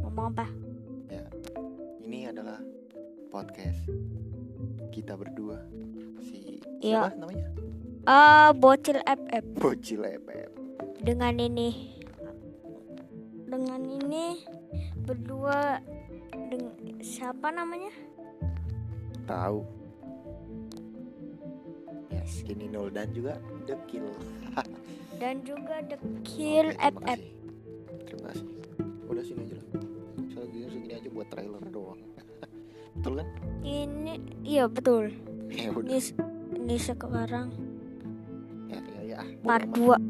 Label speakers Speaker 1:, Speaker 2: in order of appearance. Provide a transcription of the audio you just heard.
Speaker 1: ngomong apa?
Speaker 2: Ini adalah podcast kita berdua si
Speaker 1: Iya.
Speaker 2: siapa namanya?
Speaker 1: Eh, bocil FF
Speaker 2: Bocil Ebeb.
Speaker 1: dengan ini dengan ini berdua deng- siapa namanya?
Speaker 2: Tahu. Ya, Skinny Nol dan juga Dekil.
Speaker 1: Dan juga Dekil
Speaker 2: Oke, terima
Speaker 1: FF.
Speaker 2: kasih. Terima kasih. Udah sini aja lah. Soalnya gini, segini aja buat trailer doang. Betul kan?
Speaker 1: Ini iya betul.
Speaker 2: Ya udah.
Speaker 1: Ini, ini sekarang
Speaker 2: Ya ya ya. ah, bodo
Speaker 1: part
Speaker 2: amat.
Speaker 1: 2